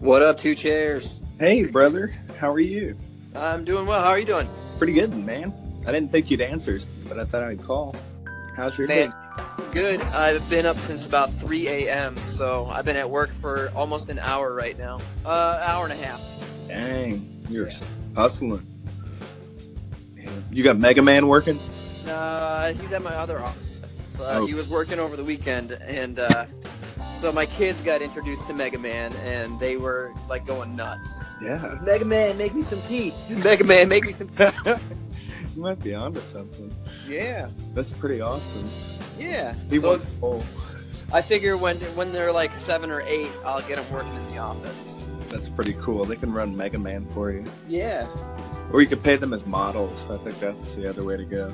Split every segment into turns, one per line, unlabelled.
What up, two chairs?
Hey, brother. How are you?
I'm doing well. How are you doing?
Pretty good, man. I didn't think you'd answer, but I thought I'd call. How's your
Man.
day?
Good. I've been up since about 3 a.m., so I've been at work for almost an hour right now. Uh, hour and a half.
Dang, you're hustling. Man, You got Mega Man working?
Uh, he's at my other office. Uh,
Oh.
He was working over the weekend, and uh, so my kids got introduced to Mega Man, and they were like going nuts.
Yeah.
Mega Man, make me some tea. Mega Man, make me some tea.
you might be onto something.
Yeah,
That's pretty awesome.
yeah.
He
So
won. Oh,
I figure when when they're like seven or eight, I'll get them working in the office.
that's pretty cool. They can run Mega Man for you,
Yeah.
or you could pay them as models. I think that's the other way to go.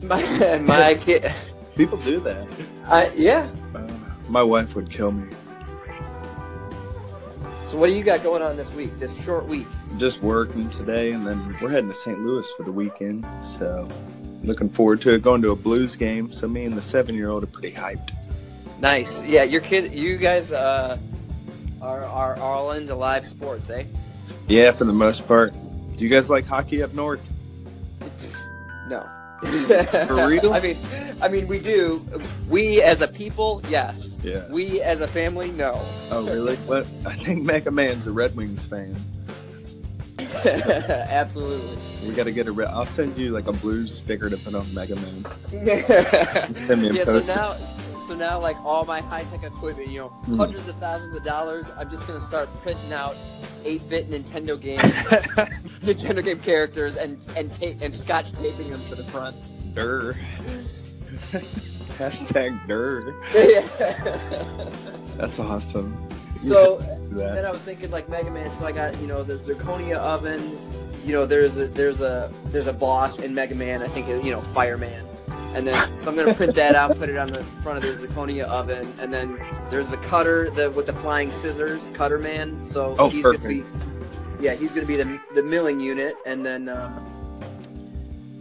My, my kid.
People do that.
I, yeah.
Uh, my wife would kill me.
So what do you got going on this week? This short week.
just working today and then we're heading to St. Louis for the weekend. So looking forward to it. Going to a blues game. So me and the seven year old are pretty hyped.
Nice. Yeah, your kid. You guys uh, are are all into live sports, eh?
Yeah, for the most part. Do you guys like hockey up north?
No.
For real?
I mean, I mean, we do. We as a people, yes.
Yeah.
We as a family, no.
Oh really? What I think Mega Man's a Red Wings fan.
Absolutely.
We gotta get a red I'll send you like a blues sticker to put on Mega Man. Send me a
yeah. So
post.
now, so now, like all my high tech equipment, you know,
Mhm.
hundreds of thousands of dollars. I'm just gonna start printing out eight bit Nintendo games, Nintendo game characters, and and tape and scotch taping them to the front.
Durr. Hashtag Durr. That's awesome.
so
Do that.
then I was thinking like Mega Man. So I got you know the zirconia oven. You know there's a there's a there's a boss in Mega Man. I think you know Fireman. And then so I'm gonna print that out, put it on the front of the zirconia oven, and then there's the cutter the, with the flying scissors, Cutter Man. So
Oh,
he's
perfect.
gonna be yeah he's gonna be the the milling unit, and then uh,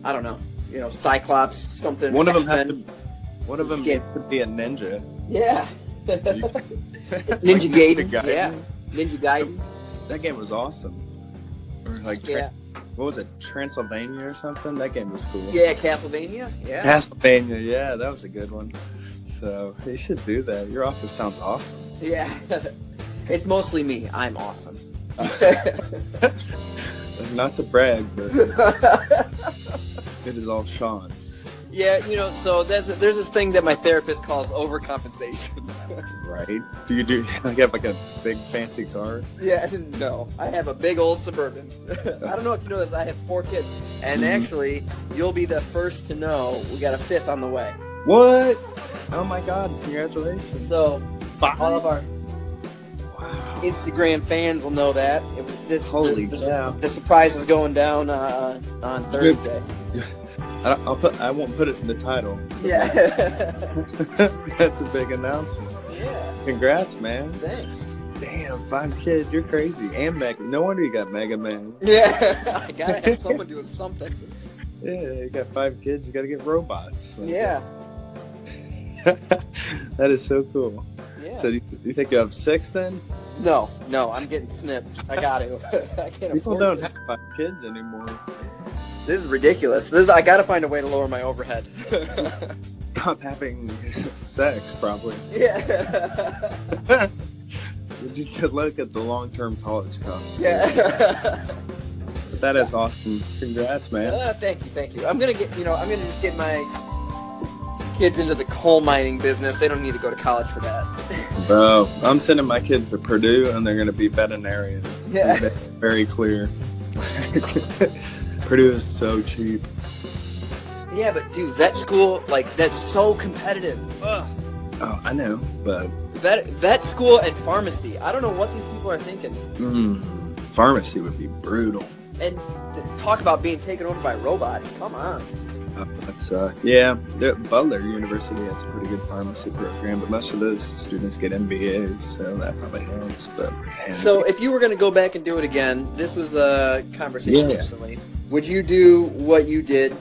I don't know you know Cyclops something.
One of them has to
X-Men.
one of them
Skip.
has to be a ninja.
yeah.
Like,
Ninja Gaiden,
Gaiden.
yeah. Ninja Gaiden,
That game was awesome. Or like, Tran-
yeah,
what was it, Transylvania or something? That game was cool.
yeah. Castlevania, yeah.
Castlevania. Yeah, that was a good one. So you should do that. Your office sounds awesome.
Yeah. it's mostly me. I'm awesome.
Not to brag, but
yeah,
it is all Sean.
you know, so there's, there's this thing that my therapist calls overcompensation.
Right? Do you do? Like, have like a big fancy car?
yeah, no. I have a big old Suburban. I don't know if you know this, I have four kids. And
Mhm.
actually, you'll be the first to know we got a fifth on the way.
What? Oh my God! Congratulations.
So all of our
Wow.
Instagram fans will know that. It- this,
Holy
the,
cow.
the, the surprise is going down uh, on Thursday.
I, don't- I'll put. I won't put it in the title.
Yeah.
That's a big announcement.
yeah.
Congrats, man.
Thanks.
Damn, five kids, you're crazy. And Mega no wonder you got Mega Man.
Yeah, I gotta have someone doing something.
Yeah, you got five kids, you gotta get robots. Like,
Yeah,
that is so cool.
yeah.
So do you, do you think you have six then?
no, no, I'm getting snipped. I got to. I can't
People
afford
don't
this.
have five kids anymore.
This is ridiculous. This I gotta find a way to lower my overhead.
Stop having sex probably.
yeah,
You need to look at the long term college costs.
yeah.
But that is awesome. Congrats, man.
Uh, thank you, thank you. I'm gonna get, you know, I'm gonna just get my kids into the coal mining business. They don't need to go to college for that.
Bro, I'm sending my kids to Purdue and they're gonna be veterinarians.
Yeah.
Ve- Very clear. Purdue is so cheap.
yeah, but dude, that school, like, that's so competitive. Ugh.
Oh, I know, but
Vet, vet school and pharmacy. I don't know what these people are thinking.
mm, pharmacy would be brutal.
And th- talk about being taken over by robots. Come on.
Oh, that sucks. Yeah, the- Butler University has a pretty good pharmacy program, but most of those students get MBAs, so that probably helps. But man,
So, if you were going to go back and do it again, this was a conversation
Yeah.
recently. Would you do what you did